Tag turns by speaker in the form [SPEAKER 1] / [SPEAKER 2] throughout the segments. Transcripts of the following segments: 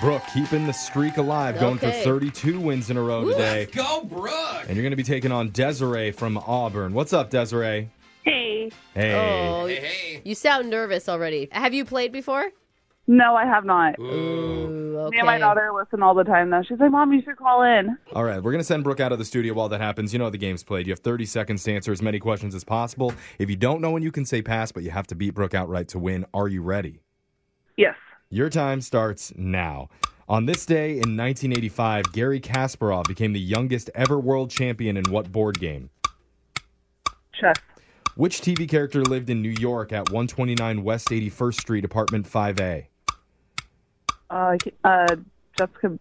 [SPEAKER 1] Brooke keeping the streak alive, going for
[SPEAKER 2] Okay.
[SPEAKER 1] 32 wins in a row today.
[SPEAKER 3] Let's go, Brooke.
[SPEAKER 1] And you're going to be taking on Desiree from Auburn. What's up, Desiree?
[SPEAKER 4] Hey.
[SPEAKER 1] Hey.
[SPEAKER 2] Oh,
[SPEAKER 3] Hey, hey.
[SPEAKER 2] you sound nervous already. Have you played before?
[SPEAKER 4] No, I have not.
[SPEAKER 3] Ooh.
[SPEAKER 2] Ooh,
[SPEAKER 4] Me and my daughter listen all the time, though. She's like, Mom, you should call in.
[SPEAKER 1] All right, we're going to send Brooke out of the studio while that happens. You know how the game's played. You have 30 seconds to answer as many questions as possible. If you don't know when you can say pass, but you have to beat Brooke outright to win, are you ready?
[SPEAKER 4] Yes.
[SPEAKER 1] Your time starts now. On this day in 1985, Gary Kasparov became the youngest ever world champion in what board game?
[SPEAKER 4] Chess.
[SPEAKER 1] Which TV character lived in New York at 129 West 81st Street, apartment 5A?
[SPEAKER 4] Uh, uh, Jessica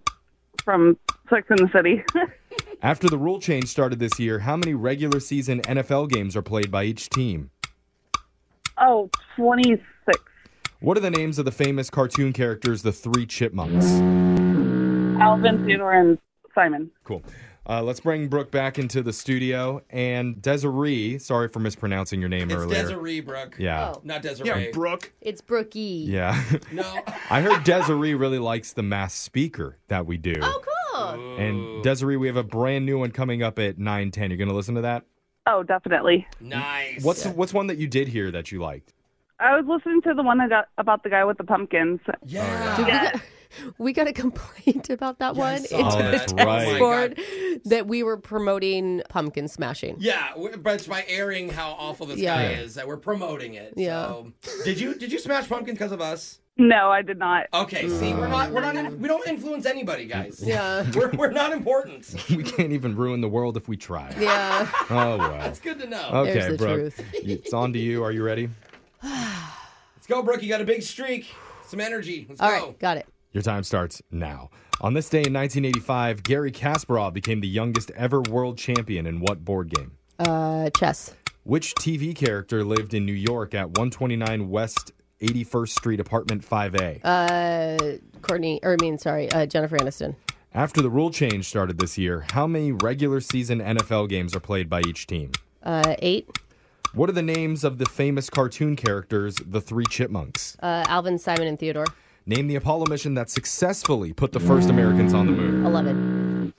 [SPEAKER 4] from Sex in the City.
[SPEAKER 1] After the rule change started this year, how many regular season NFL games are played by each team?
[SPEAKER 4] oh, 26.
[SPEAKER 1] What are the names of the famous cartoon characters, the Three Chipmunks?
[SPEAKER 4] Alvin, Theodore, and Simon.
[SPEAKER 1] Cool. Uh, let's bring Brooke back into the studio. And Desiree, sorry for mispronouncing your name
[SPEAKER 3] It's
[SPEAKER 1] earlier.
[SPEAKER 3] Desiree, Brooke.
[SPEAKER 1] Yeah.
[SPEAKER 2] Oh,
[SPEAKER 3] Not Desiree.
[SPEAKER 5] Yeah, Brooke.
[SPEAKER 2] it's Brookie.
[SPEAKER 1] Yeah.
[SPEAKER 3] No.
[SPEAKER 1] I heard Desiree really likes the mass speaker that we do.
[SPEAKER 2] Oh, cool.
[SPEAKER 1] And Desiree, we have a brand new one coming up at 9:10. You're going to listen to that?
[SPEAKER 4] Oh, definitely.
[SPEAKER 3] Nice.
[SPEAKER 1] What's what's one that you did hear that you liked?
[SPEAKER 4] I was listening to the one that got about the guy with the pumpkins.
[SPEAKER 1] Oh,
[SPEAKER 3] Yeah.
[SPEAKER 2] Dude, We got a complaint about that
[SPEAKER 3] Yeah, I
[SPEAKER 2] one
[SPEAKER 3] saw
[SPEAKER 2] in
[SPEAKER 1] Oh,
[SPEAKER 3] that.
[SPEAKER 1] that's
[SPEAKER 3] Oh my
[SPEAKER 1] right.
[SPEAKER 3] God.
[SPEAKER 2] Discord that we were promoting pumpkin smashing.
[SPEAKER 3] Yeah, we- but by airing how awful this
[SPEAKER 2] Yeah.
[SPEAKER 3] guy is, that we're promoting it.
[SPEAKER 2] Yeah.
[SPEAKER 3] So. Did you did you smash pumpkin because of us?
[SPEAKER 4] No, I did not.
[SPEAKER 3] Okay. See, we're not we're not in, we don't influence anybody, guys.
[SPEAKER 2] Yeah.
[SPEAKER 3] We're, we're not important.
[SPEAKER 1] We can't even ruin the world if we try.
[SPEAKER 2] Yeah.
[SPEAKER 1] Oh well.
[SPEAKER 3] It's good to know.
[SPEAKER 1] Okay,
[SPEAKER 2] There's the
[SPEAKER 1] Brooke. It's on to you. Are you ready?
[SPEAKER 3] Let's go, Brooke. You got a big streak. Some energy. Let's
[SPEAKER 2] All
[SPEAKER 3] go.
[SPEAKER 2] right, got it.
[SPEAKER 1] Your time starts now. On this day in 1985, Gary Kasparov became the youngest ever world champion in what board game?
[SPEAKER 2] Uh, chess.
[SPEAKER 1] Which TV character lived in New York at 129 West 81st Street, apartment 5A?
[SPEAKER 2] Uh, Courtney, or I mean, sorry, uh, Jennifer Aniston.
[SPEAKER 1] After the rule change started this year, how many regular season NFL games are played by each team?
[SPEAKER 2] Uh, eight.
[SPEAKER 1] What are the names of the famous cartoon characters, the Three Chipmunks?
[SPEAKER 2] Uh, Alvin, Simon, and Theodore.
[SPEAKER 1] Name the Apollo mission that successfully put the first Americans on the moon.
[SPEAKER 2] Eleven.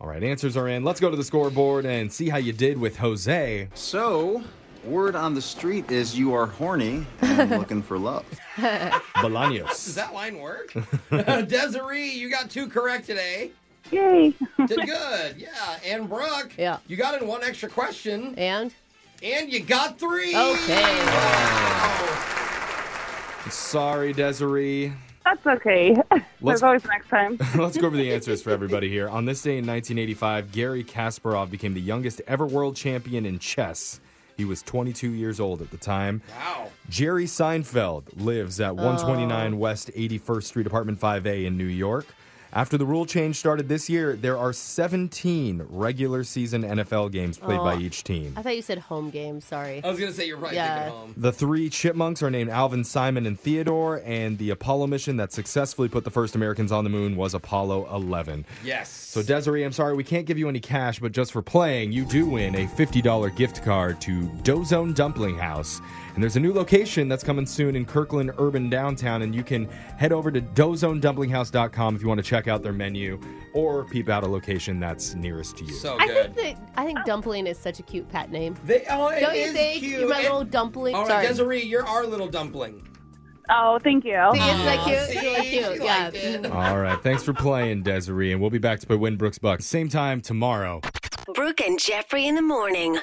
[SPEAKER 1] All right, answers are in. Let's go to the scoreboard and see how you did with Jose.
[SPEAKER 6] So, word on the street is you are horny and looking for love.
[SPEAKER 3] Does
[SPEAKER 1] Bolaños.
[SPEAKER 3] that line work? Desiree, you got two correct today.
[SPEAKER 4] Yay.
[SPEAKER 3] Did good. Yeah. And Brooke,
[SPEAKER 2] Yeah.
[SPEAKER 3] you got in one extra question,
[SPEAKER 2] And
[SPEAKER 3] and you got three.
[SPEAKER 2] okay.
[SPEAKER 1] Sorry, Desiree.
[SPEAKER 4] That's okay.
[SPEAKER 1] Let's-
[SPEAKER 4] There's always next time.
[SPEAKER 1] Let's go over the answers for everybody here. On this day in 1985, Gary Kasparov became the youngest ever world champion in chess. He was 22 years old at the time.
[SPEAKER 3] Wow.
[SPEAKER 1] Jerry Seinfeld lives at 129 West 81st Street, Apartment 5A in New York. After the rule change started this year, there are 17 regular season NFL games played by each team.
[SPEAKER 2] I thought you said home game. Sorry.
[SPEAKER 3] I was gonna say you're probably
[SPEAKER 2] Yeah.
[SPEAKER 3] thinking home.
[SPEAKER 1] The three chipmunks are named Alvin, Simon, and Theodore, and the Apollo mission that successfully put the first Americans on the moon was Apollo 11.
[SPEAKER 3] Yes.
[SPEAKER 1] So, Desiree, I'm sorry we can't give you any cash, but just for playing, you do win a $50 gift card to Dozone Dumpling House. And there's a new location that's coming soon in Kirkland Urban Downtown, and you can head over to dozonedumplinghouse.com if you want to check out their menu or peep out a location that's nearest to you.
[SPEAKER 3] So
[SPEAKER 2] I
[SPEAKER 3] good.
[SPEAKER 2] think that I think dumpling is such a cute pet name.
[SPEAKER 3] they, oh, it
[SPEAKER 2] Don't you
[SPEAKER 3] is
[SPEAKER 2] think?
[SPEAKER 3] cute.
[SPEAKER 2] You're my
[SPEAKER 3] And-
[SPEAKER 2] little dumpling.
[SPEAKER 3] All right,
[SPEAKER 2] Sorry.
[SPEAKER 3] Desiree, you're our little dumpling.
[SPEAKER 4] Oh, thank you.
[SPEAKER 2] See, isn't that cute?
[SPEAKER 3] See,
[SPEAKER 2] It's really
[SPEAKER 3] she
[SPEAKER 2] cute. Yeah.
[SPEAKER 3] liked it.
[SPEAKER 1] All right. Thanks for playing, Desiree. And we'll be back to play Win Brooks Bucks same time tomorrow.
[SPEAKER 7] Brooke and Jeffrey in the morning.